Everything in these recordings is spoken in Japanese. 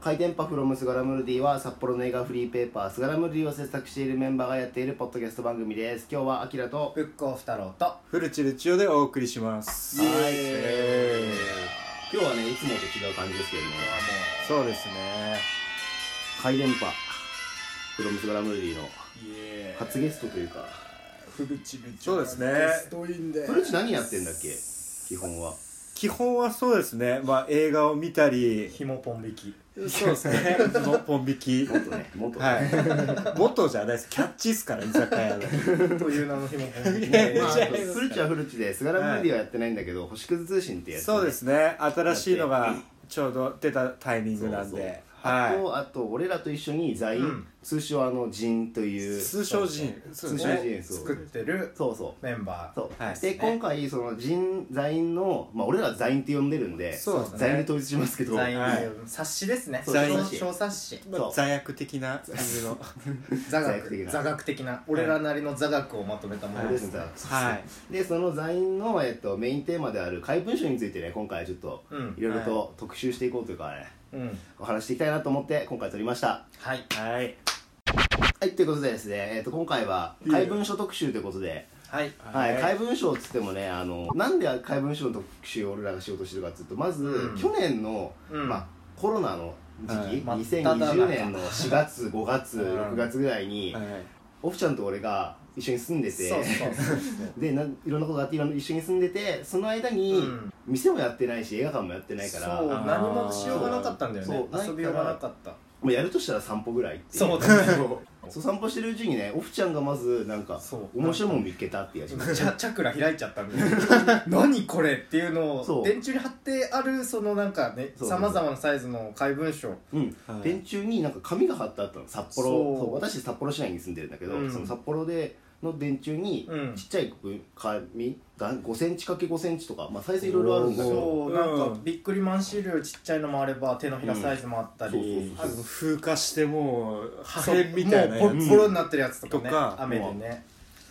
回転パフロムスガラムルディは札幌の映画フリーペーパースガラムルディを制作しているメンバーがやっているポッドキャスト番組です今日はアキラとブックオフ太郎とフルチルチオでお送りしますはいイエーイ今日はねいつもと違う感じですけれどもそうですね回転パフロムスガラムルディのイエ初ゲストというかフルチルチそうですねストインでそれうち何やってんだっけ基本は基本はそうですねまあ映画を見 たりひもポン引きそうですねのポン引きもっとねもっとね、はい元じゃないですキャッチっすから居酒屋 のという名のひもポン引きね まあ、じゃあフルチはフルチで、スガラムディはやってないんだけど、星屑通信ってやつ、そうですね新しいのがちょうど出たタイミングなんであはと、あと、俺らと一緒に在、うん通称あの、人とい。いう通称人通称人、そう。作ってるそうそう。メンバーそう。はいで、今回、その、人、在員の、まあ、俺らは在員って呼んでるんで、そうですね在員で統一しますけど、座員はい冊子ですねそう座員小冊子まあそう罪悪的な感じの座座学的学な座学的な俺らなりの座学をまとめたものでですすねねはいで、その在員の、えっと、メインテーマである、怪文書についてね、今回ちょっと、うんいろいろと特集していこうというか、ね、うんお話していきたいなと思って、今回撮りました。はいはいはい、ということでですね、えっと、今回は、怪文書特集ということで、はいはい、はい怪文書っつってもねあのなんで怪文書の特集を俺らがしようとしてるかっつうとまず、うん去年の、うんまあ、コロナの時期、うん2020年の4月5月 うん6月ぐらいに、はいオフちゃんと俺が一緒に住んでてそうそうそうそうでなんいろんなことがあっていろんな一緒に住んでてその間に、うん店もやってないし映画館もやってないかそうらあー何もしようがなかったんだよねそう遊びようがなかったもうやるとしたら散歩ぐらいっていそうだね そう散歩してるうちにねオフちゃんがまずなんかそう面白いもん見っけたってやつチャチャクラ開い ちゃったんで 何これっていうのそうを電柱に貼ってあるそのなんかねそうさまざまなサイズの怪文書うんはい電柱になんか紙が貼ってあったの札幌そうそう私札幌市内に住んでるんだけど、うんその札幌での電柱にうんちっちゃい紙が5センチ ×5 センチとか、まあ、サイズいろいろあるんだけどそううんなんかビックリマンシールちっちゃいのもあれば手のひらサイズもあったりうんああの風化してもう破そう片みたいなもうやボつロボロになってるやつとかねとか雨でね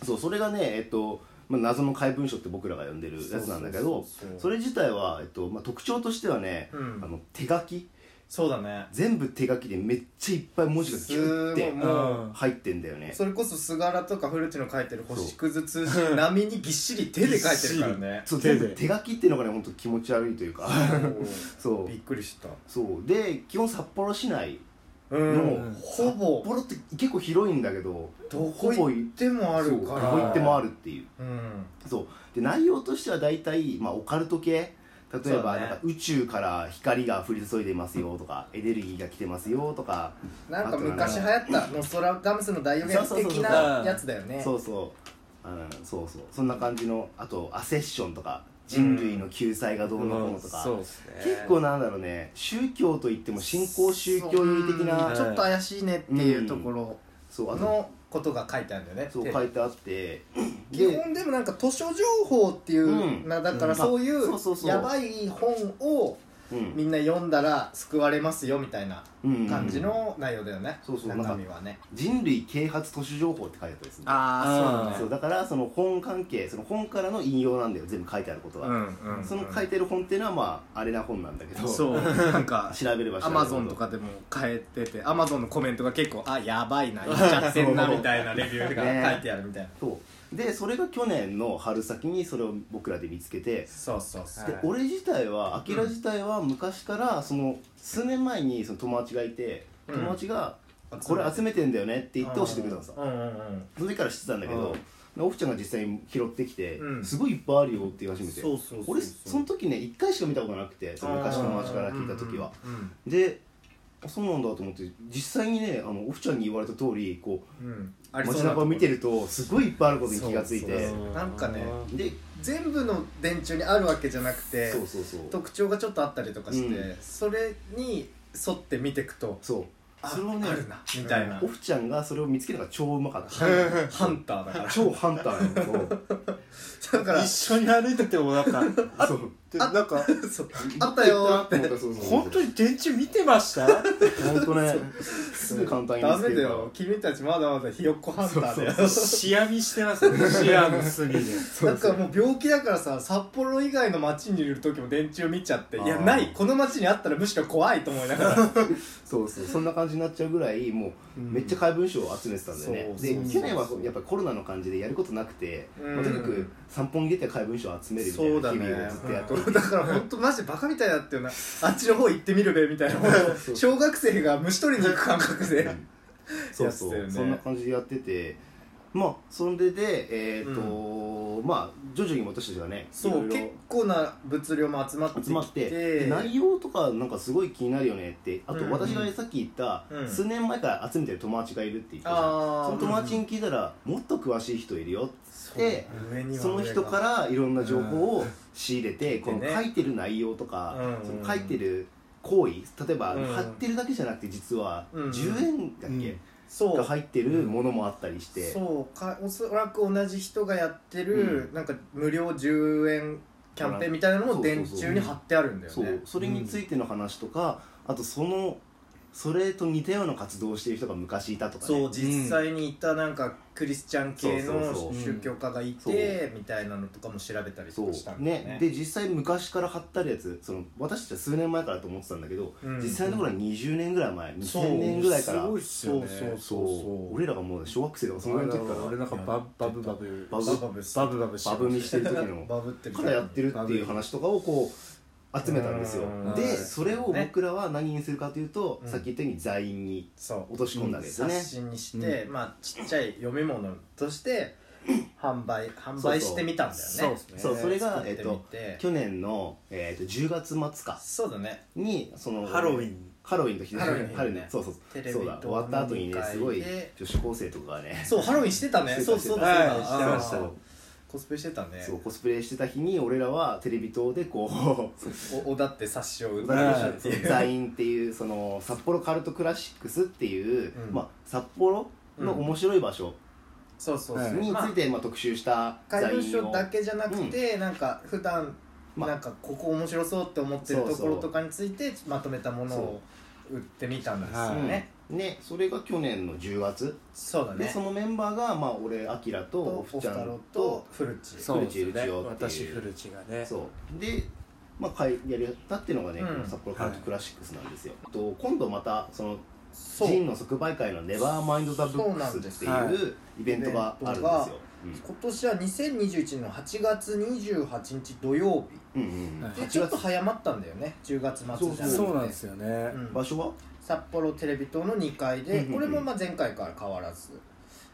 そうそれがねえっと、まあ、謎の怪文書って僕らが読んでるやつなんだけどそうそうそうそれ自体は、えっとまあ、特徴としてはね、うんあの手書きそうだね全部手書きでめっちゃいっぱい文字がギュっすごいてもううん入ってんだよねそれこそ菅原とか古地の書いてる星屑通信並みにぎっしり手で書いてるからねそう手全で部手書きっていうのがね本当気持ち悪いという かそうびっくりしたそうで基本札幌市内うんでほぼ札幌って結構広いんだけどどこ行ってもあるそうかどらこ行ってもあるっていううんそうで内容としては大体、まあ、オカルト系例えそうば、だねなんか宇宙から光が降り注いでますよとかエネルギーが来てますよとか、なんか昔流行ったノストラダムスの大予言そうそう的そうそなうやつだよねそうそう、うん、そうそうそんな感じのあとアセッションとか人類の救済がどうのこうのとか、そうですね結構なんだろうね宗教といっても信仰宗教寄り的うなんちょっと怪しいねっていうところそうあとのことが書いてあるんだよねそう書いてあって基で本でもなんか図書情報っていう、うんなだうかんらそういあそううそうそうやばい本をうんみんな読んだら救われますよみたいなうん感じの内容だよね、そうそう中身はね人類啓発都市情報って書いてあったりするあーそうだからその本関係その本からの引用なんだよ全部書いてあることは、んうんその書いてる本っていうのはまああれな本なんだけどそうなんか調べれば調アべるマゾンとかでも変えててアマゾンのコメントが結構あやば いな言っちゃってんなみたいなレビューが書いてあるみたいな、そうでそれが去年の春先にそれを僕らで見つけてそうそうそう、はでい俺自体はアキラ自体は昔からその数年前にその友達がいてうん友達が「これ集めてんだよね」って言って教えてくれたのさうんうんうんその時から知ってたんだけどオフちゃんが実際に拾ってきてう「んすごいいっぱいあるよ」って言い始めてそうそうそう俺その時ね1回しか見たことなくてその昔の友達から聞いた時は、うんうんであそうなんだと思って実際にねあのオフちゃんに言われた通りこうんうんうありそう街なとこ中を見てるとすごいいっぱいあることに気がついてそうなんかねで全部の電柱にあるわけじゃなくてそうそうそう特徴がちょっとあったりとかして、うそれに沿って見ていくとそうあそれをねあるなみたいな、オフちゃんがそれを見つけるのが超うまか っハンターだか た超ハンターなのそうらだから 一緒に歩いてても なんかそうでなんかそうあったよーってそうそうそう本当に電柱見てました本当ねすぐ簡単に見ダつけメるだからよ君たちまだまだひよっこハンターだよしやみしてますね視野の隅でだからもう病気だからさ札幌以外の町にいる時も電柱見ちゃっていあやーないこの町にあったらむしろ怖いと思いなが らそうそうそんな感じになっちゃうぐらいもうめっちゃ怪文書を集めてたんだよね、そうでそうそう去年はやっぱりコロナの感じでやることなくて、うんまあとにかく散歩に出て怪文書を集めるみたいそうなだ日ね々をずっとやってて、だから本当マジバカみたいだったよなあっちの方行ってみるべみたいな そう小学生が虫取りに行く感覚で そうそう、やってたそよねんな感じでやっててまあそれでえっ、と、まあ徐々に私たちがねそういろい結構な物量も集まってろ集まっきててで内容とかなんかすごい気になるよねってあうんうとん私がさっき言った、うん数年前から集めてる友達がいるって言ってたじゃんあそのあ友達に聞いたら、もっと詳しい人いるよっつって上にはその人か上がらいろんな情報を仕入れて、このでね書いてる内容とか、うんその書いてる行為例えば、うん貼ってるだけじゃなくて実はうん10円だっけ、そうが入ってるものもあったりして、そうかおそらく同じ人がやってる、なんか無料10円キャンペーンみたいなのそもうそうそう電柱に貼ってあるんだよそうねそれについての話とか、あとそのそれと似たような活動をしている人が昔いたとかねそう実際にいたなんかクリスチャン系そうそうのそう宗教家がいてみたいなのとかも調べたりとそうかしたんだよねねで実際昔から貼ってあるやつその私たちは数年前からと思ってたんだけど、うん実際のところは20年ぐらい前そう2000年ぐらいからすごいっすよねそうそうそう俺らがもう小学生とかそのぐらいの時から俺なんかバブバブバブバブバブバブバブしてバブ見してる時のバブってるからやってるっていう話とかをこう集めたんですようんでそれを僕らは何にするかというと、うんさっき言ったように在院にそう落とし込んだわけですよね、冊子にして、まあちっちゃい読み物として販売販売してみたんだよねそうそうそうそれが作ってみて去年の、えー、と10月末かそうだねにそのハロウィンハロウィンの日ハロウィン春ねそうそうテレビとそうだ終わった後にねすご飲いみ会で女子高生とかが ねそうハロウィンしてたねしてたそうそうだしそてたうだはいしてましたあーコスプレしてたねそうコスプレしてた日に俺らはテレビ塔でこうおおだって冊子を売ザったインザインっていうその札幌カルトクラシックスっていう、うんまあ、札幌の面白い場所そうそうそう、につまいて、まあ、特集したあ怪ザイ文ン書をだけじゃなくて、なんか普段まあなんかここ面白そうって思ってるそうそとうころとかについてまとめたものを売ってみたんですようんね、ねそれが去年の10月、そうだでねそのメンバーが、まあ、俺アキラととオオフフちゃタロんととフルチそうでフルチすねうちよっていう私フルチがねそうで、まあ、かいやりたっていうのがね、うんこの札幌カルトクラシックスなんですよ、と今度またそのそうジンの即売会の「ネバーマインド・ザ・ブックス」ってそうなんでいうイベントがあるんですよ、今年は2021年の8月28日土曜うんうんうんうんはい日で8ちょっと月早まったんだよね10月末じゃなくてそうなんですよねうん場所は札幌テレビ塔の2階でうんうんうんこれもまあ前回から変わらず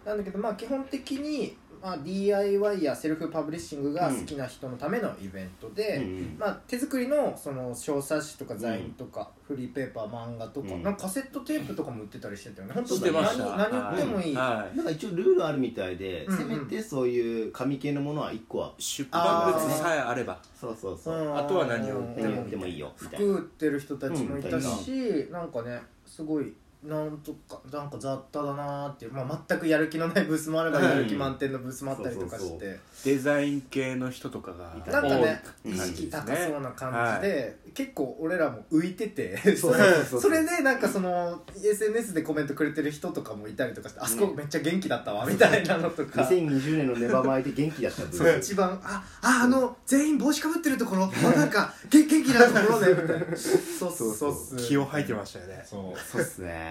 なんだけどまあ基本的にまあ DIY やセルフパブリッシングが好きな人のためのイベントうんうで、んまあ、手作りのその小冊子とかザインとかフリーペーパー漫画とか,、うんなんかカセットテープとかも売ってたりしてたよね本当してました何何売ってもいい、はいなんか一応ルールあるみたいで、うんうんせめてそういう紙系のものは1個は出版物さえあればそうそううそうんあとは何を売手てにも入ってもいいよみたい服な売ってる人たちもいたし、なんかねすごいなんとかなんか雑多だなーっていう、まあ、全くやる気のないブースもあればうんやる気満点のブースもあったりとかそしうそてデザイン系の人とかがいたなんかね多い意感じ識です高ねそうな感じで結構俺らも浮いてて そうそそうれそうそうそれでなんかその SNS でコメントくれてる人とかもいたりとかしてあそこめっちゃ元気だったわみたいなのとか。 2020年のネバーマイで元気だったそう 一番あああの全員帽子かぶってるところあなんか元元気なところでみたいなそうそうそうそう気を吐いてましたよねそうそうっすね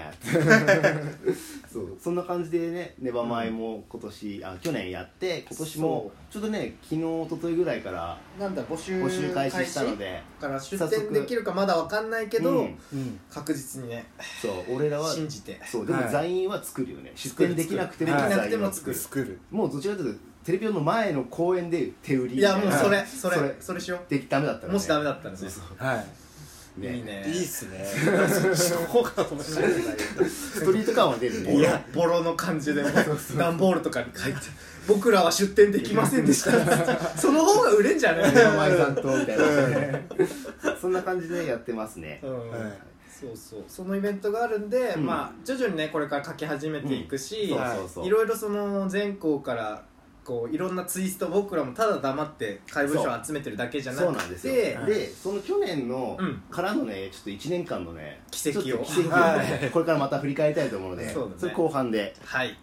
そうそんな感じでねネバマイも今年、あ去年やって今年もちょっとね昨日一昨日ぐらいからなんだ募集募集開始したの開で始から出早店速できるかまだわかんないけど、うんうん確実にねそう俺らは信じてそうでもはい座員は作るよね、出作る店できなくても作る座員は作る作るもうどちらかというとテレビ用の前の公演で手売りいやもうそれはいそれ そそれれしよできダメだったら、うもしダメだったらねそうそはういいねいいいっす ねストリート感は出るねボロボロの感じでもう段ボールとかに書いて「僕らは出店できません でした」その方が売れんじゃねネバマイさんとみたいなそんな感じでやってますねえ、うんはいそうそうそのイベントがあるんで、うんまあ徐々にねこれから書き始めていくし、そうそうそういろいろその全校からこういろんなツイストを僕らもただ黙って怪文書を集めてるだけじゃなそうくなんですよてで,、はいその去年の、うんからのねちょっと1年間のね奇跡をちょっと奇跡をね、はいこれからまた振り返りたいと思うのでそうだれね後半ではい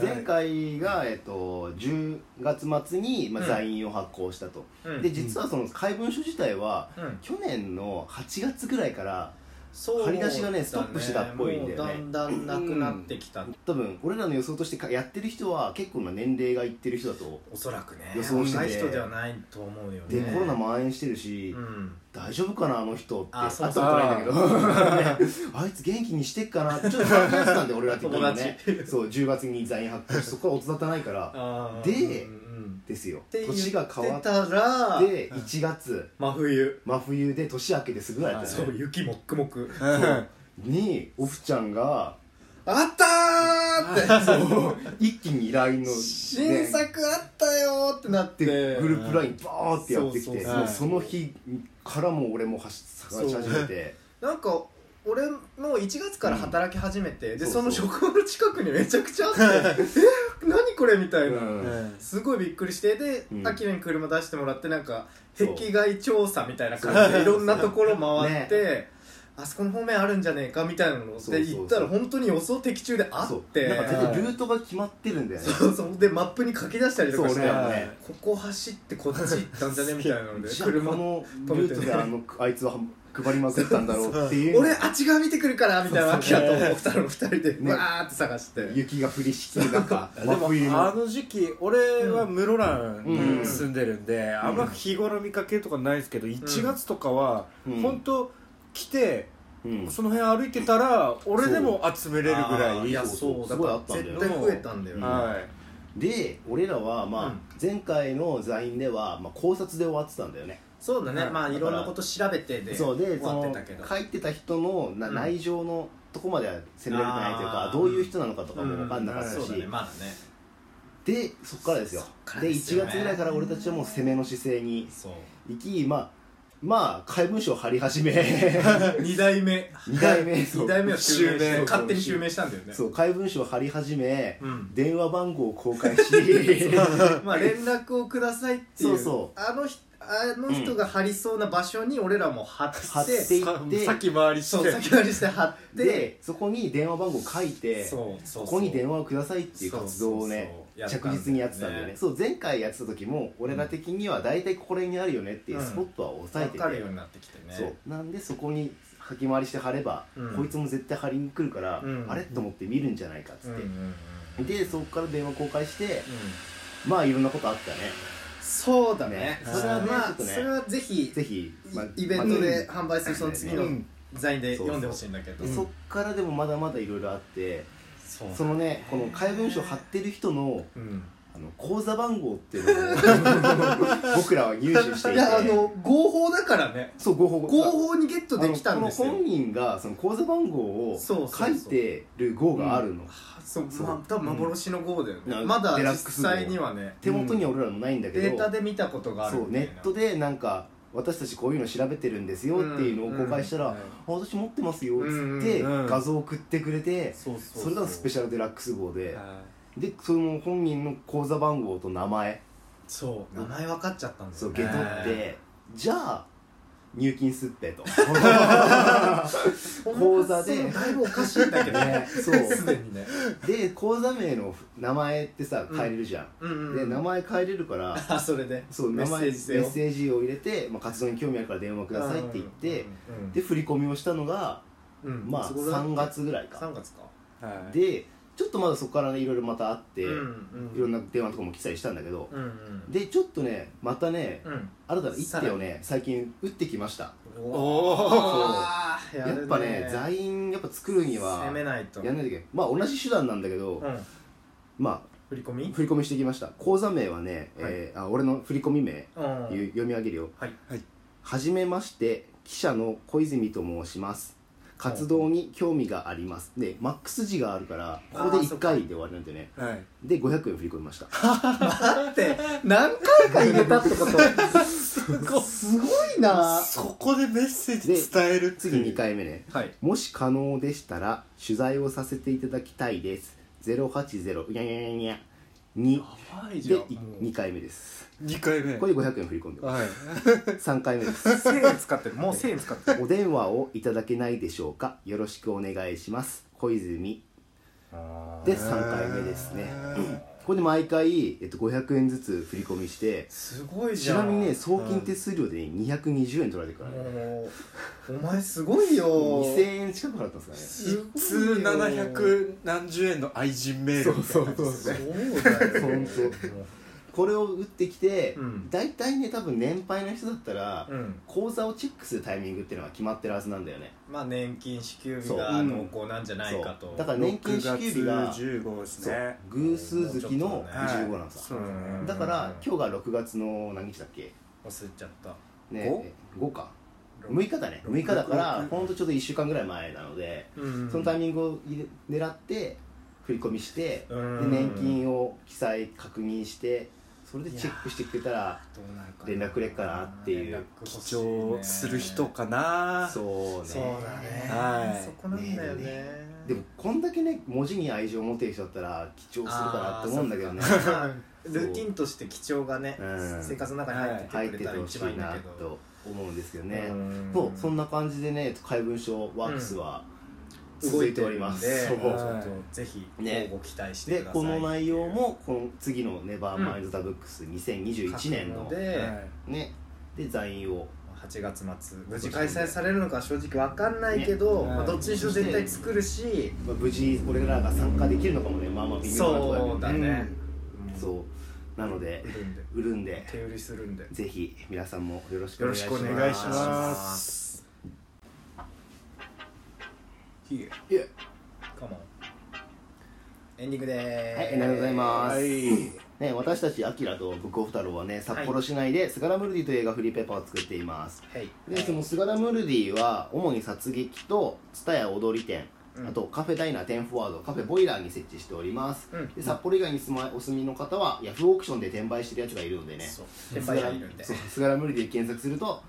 前回が、えっと、10月末に、まあ、うん在院を発行したと、うんで実はその怪文書自体はうん去年の8月ぐらいからそう張り出しがねストップしてたっぽいんだよねもうだんだんなくなってきた、多分俺らの予想としてかやってる人は結構な年齢がいってる人だとおそらくね予想してて若い人ではないと思うよで、ねコロナ蔓延してるし、うん大丈夫かなあの人ってあ会ったそうことそうないんだけど あいつ元気にしてっかなってちょっと考えてたんで俺らって友達そう10月に在院発行してそこから大人立たないからあーでうんうんですよって言年が変わっってたらて1月真冬真冬で年明けですぐらいだったそようね雪もっくもくうんにオフちゃんがあったーってそう一気に依頼の新作あったよーってなっでてグループラインバーってやってきそうてそうそうもうその日からもう俺も走探し始めてなんか俺もう1月から働き始めて、でそそうそうの職場の近くにめちゃくちゃあっ てえ何これみたいな、うんすごいびっくりしてでうんアキラに車出してもらってなんかそう壁外調査みたいな感じでいろんなところ回って、あそこの方面あるんじゃねえかみたいなのをそうそうでそう行ったら本当に予想的中であそうってなんか全然ルートが決まってるんだよねそうそうでマップに書き出したりとそうかして俺らもねここ走ってこっち行ったんじゃねみたいな のでじゃあこ車ものルートであのあいつは配りまくったんだろうっていう俺あっち側見てくるからみたいなアキラと二人の二人でねわーって探して、雪が降りしきる 中で真も冬あのの時期俺は室蘭に住んでるんで、んあんま日頃見かけるとかないですけど1月とかはうん本当来て、うんその辺歩いてたら俺でも集めれるぐらあいーいやそうそうすだごいあかったらんだよ絶対増えたんだよね、はで俺らはうまあん前回の座員ではまあ考察で終わってたんだよねそうだね、はいまあいろんなこと調べてでそうで終そわってのたけど書いてた人のなうん内情のとこまでは攻められてないというあかーどういう人なのかとかも分かんなかったそうだねしまだねでそっからですよそっからでです1よね月ぐらいから俺たちはもう攻めの姿勢にそう行きまあまあ怪文書を張り始め二代目 二代目そう二代目を襲襲名して名勝手に襲名したんだよねそう怪文書を張り始めうん電話番号を公開 しまあ連絡をくださいっていそううそあの人あの人が貼りそうな場所に俺らも貼って、貼ってい、さ行ってさっき回りしそうて先割りして貼ってでそこに電話番号書いてそうそうそうここに電話をくださいっていう活動をねそうそうそう着実にやってたんだよねそう前回やってた時も俺ら的には大体ここら辺にあるよねっていうスポットは押さえ分てかるようてになってきてねそうなんでそこに吐き回りして貼ればうんこいつも絶対貼りに来るからうんあれと思って見るんじゃないかっつうっんうんうんてでそこから電話公開してうんまあいろんなことあったねそうだねねそれはまちょあっとねそれはぜひぜひまイベントでま販売するその次のうんザインで読んでほしいんだけたどでそっからでもまだまだいろいろあってそうそのねこの怪文書貼ってる人のうんあの口座番号っていうのを 僕らは入手していていやあの合法だからねそうご報告合法にゲットできたんですあのこよの本人がその口座番号をそうそうそ書ういてる号があるのあそうそうまあ多分幻の号だよねうんまだデラ実ックス号際にはね手元には俺らもないんだけどデータで見たことがあるそうネットででなんか私たちこういうの調べてるんですよっていうのを公開したらうんあ私持ってますよっつってうんうん画像送ってくれてそうそうそれがスペシャルデラックス号ではでその本人の口座番号と名前そう名前分かっちゃったんですそようね受け取ってじゃあ入金すっぺと口座でそうだいぶおかしいんだけどね ねそうすでにねで口座名の名前ってさ変えれるじゃん、うんうんで名前変えれるからあそれでそうメ名ッ前セメーッジ性をセージを入れて、まあ、活動に興味あるから電話くださいって言って、うんうんで振り込みをしたのが、うんうんまあいつ頃だっけ3月ぐらいか3月かいでちょっとまだそこからねいろいろまたあって、うんうんいろんな電話とかも来たりしたんだけど、うんうんでちょっとねまたねうん新たな一手をね最近打ってきましたおおーーやるっぱね在員やっぱ作るには攻めないとやんないといけないまあ同じ手段なんだけど、うんま振り込あみ振り込みしてきました口座名はね、はいえーあ俺の振り込み名、うんゆ読み上げるよはいはじめまして記者の小泉と申します活動に興味がありますでマックス字があるからここであーそっ1か回で終わりなんだよねはいで500円振り込みましただって何回か入れたって ことすごいなそこでメッセージ伝えるっていう次2回目ねはいもし可能でしたら取材をさせていただきたいです080いやいやいやいや2ばいでじゃんい2回目です2回目これで500円振り込んでまはいす3回目です1000円使ってるもう1000円使ってるお電話をいただけないでしょうかよろしくお願いします小泉で3回目ですねこれで毎回、えっと、500円ずつ振り込みしてすごいちじゃなんみにね送金手数料で、ね、220円取られてるからねもうお前すごいよ2000円近く払ったんですすごいよ普通700何十円の愛人メールみたいなそうそそううだかねよ本当これを打ってきて、うん大体ね多分年配の人だったら、うん口座をチェックするタイミングっていうのが決まってるはずなんだよねまあ年金支給日そうが濃厚なんじゃないかそとうだから年金支給日が6月15ですそうね偶数月の15なのさ、そうだねだから日今日が6月の何日だっけ忘れちゃったね5か6日だね6日だからほんとちょっと1週間ぐらい前なのでうんそのタイミングを入れ狙って振り込みしてでうん年金を記載確認してそれでチェックしてくれたらどうなるかな連絡くれっかなっていう連絡欲しいね記帳する人かなそうそうねだね、はいそこなんだよねねでもこんだけね文字に愛情を持てる人だったら貴重するかなって思うんだけどねあーそっかそうルーティンとして貴重がね、うん生活の中に入って入てっくててれたらほし一番いいいんだなけど、と思うんですけどねねそうそんな感じでね怪文書ワークスは続いております動いてるんそうでちょはっいとぜひねご期待してでくださいこの内容もこの次の「ネバーマインド・ザ・ブックス」2021年の書くで、ねで座員を8月末無事開催されるのか正直わかんないけど、ねまあ、どっちにしろ絶対作るし、まあ無事俺らが参加できるのかもねまあまあ微妙なとこそうだだけどね、うんうそうなので売るんで売るんで手売りするんでぜひ皆さんもよろしくおよ願ろいししくまおす願いししまますすいえカモンエンディングでーすはいありがとうございますいね、私たちアキラとブックオフ太郎はね札幌市内で「スガラムルディ」という映画フリーペーパーを作っていますはいでその「スガラムルディ」は主に殺撃と蔦屋踊り店うんあとカフェダイナー10フォワードカフェボイラーに設置しておりますうんで札幌以外に住まいお住みの方はヤフーオークションで転売してるやつがいるのでねそう先輩がいるんでそうスガラムルディ検索すると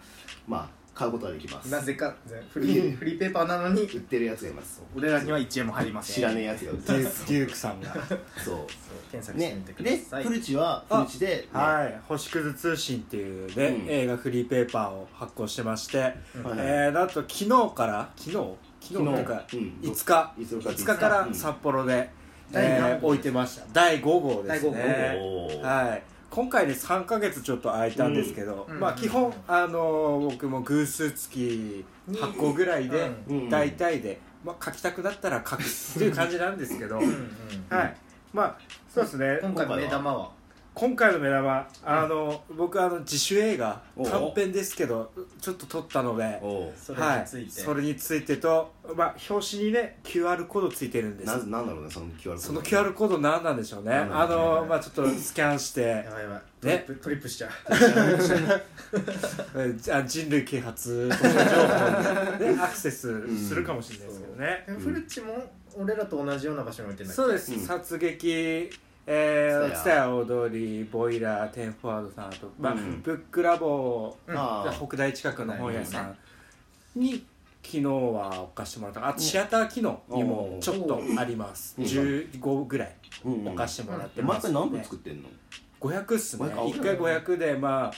まあ買うことができますなぜかフリーフリーペーパーなのに売ってるやつがいます俺らには1円も入りません知らねえやつが売ってデュるーデュークさんがそそう検う索してねみてくだでさい、フルチはフルチで、ねはい「星屑通信」っていうね、うん映画フリーペーパーを発行してまして、はいはいえー、なんと昨日から昨日昨日っていうか昨日うん5日いつの5か日から札幌で、第何号えー置いてました第5号ですね第5号はい今回で3か月ちょっと空いたんですけど、うんまあうん基本、あのー僕も偶数月発行ぐらいで、うんうん大体で、まあ、書きたくなったら書くっていう感じなんですけど、うんうんはいまあそうですね今回の目玉は今回の目玉あの、僕あの自主映画おう短編ですけどちょっと撮ったのでおうそれはにいついて、それについてと、まあ、表紙にね QR コードついてるんですななんだろうねその QR コードその QR コード何なんでしょうねなんなんあでしょうねの、まあ、ちょっとスキャンしてやばいやばいトリねップ,、トリップしちゃうえじゃあ人類啓発とか情報 に、ね、アクセスするかもしれないですけどね、えフルチも俺らと同じような場所に置いてんだっけそうです、うん殺撃えー、蔦蔦屋踊りボイラーテンフォワードさんと、まあうんブックラボああ北大近くの本屋さんに昨日は置かしてもらったあとシアター機能にもちょっとありますうん15ぐらいうん置かしてもらってえま毎す回何分ね作ってんの500っすね500 1回500でまあ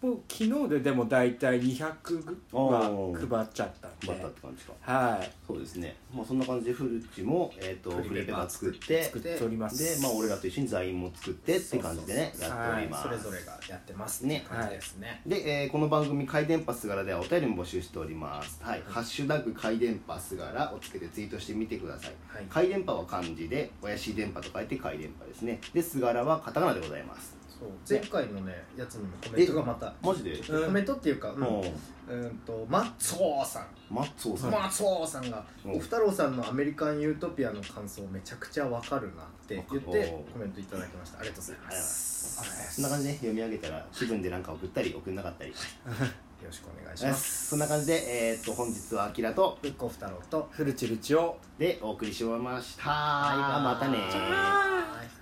もう昨日ででも大体200おーは配っちゃったんバッでタって感じかはいそうですねまあそんな感じでフルチもえっとフリーフリーペーパー作って作っておりますでまあ俺らと一緒に座員も作ってって感じでねそうそうそうやっておりますそれぞれがやってますねって感じですねで、えーこの番組「回電波すがら」ではお便りも募集しております「はい、ハッシュタグ回電波すがら」をつけてツイートしてみてください、はい回電波は漢字で怪しい電波と書いて回電波ですねですがらはカタカナでございますそう前回のねやつにもコメントがまたマジでうんコメントっていうか、うん、もううーんとマッツォーさんマッツォさん、マッツォーさんがうんおふたろうさんのアメリカンユートピアの感想めちゃくちゃわかるなって言っおてーコメントいただきましたありがとうございますそんな感じで読み上げたら気分でなんか送ったり送んなかったりしよろしくお願いしまますすそんな感じで、えー、っと本日はアキラとブックオフ太郎とフルチルチをでお送りしましたバイバイまたねはい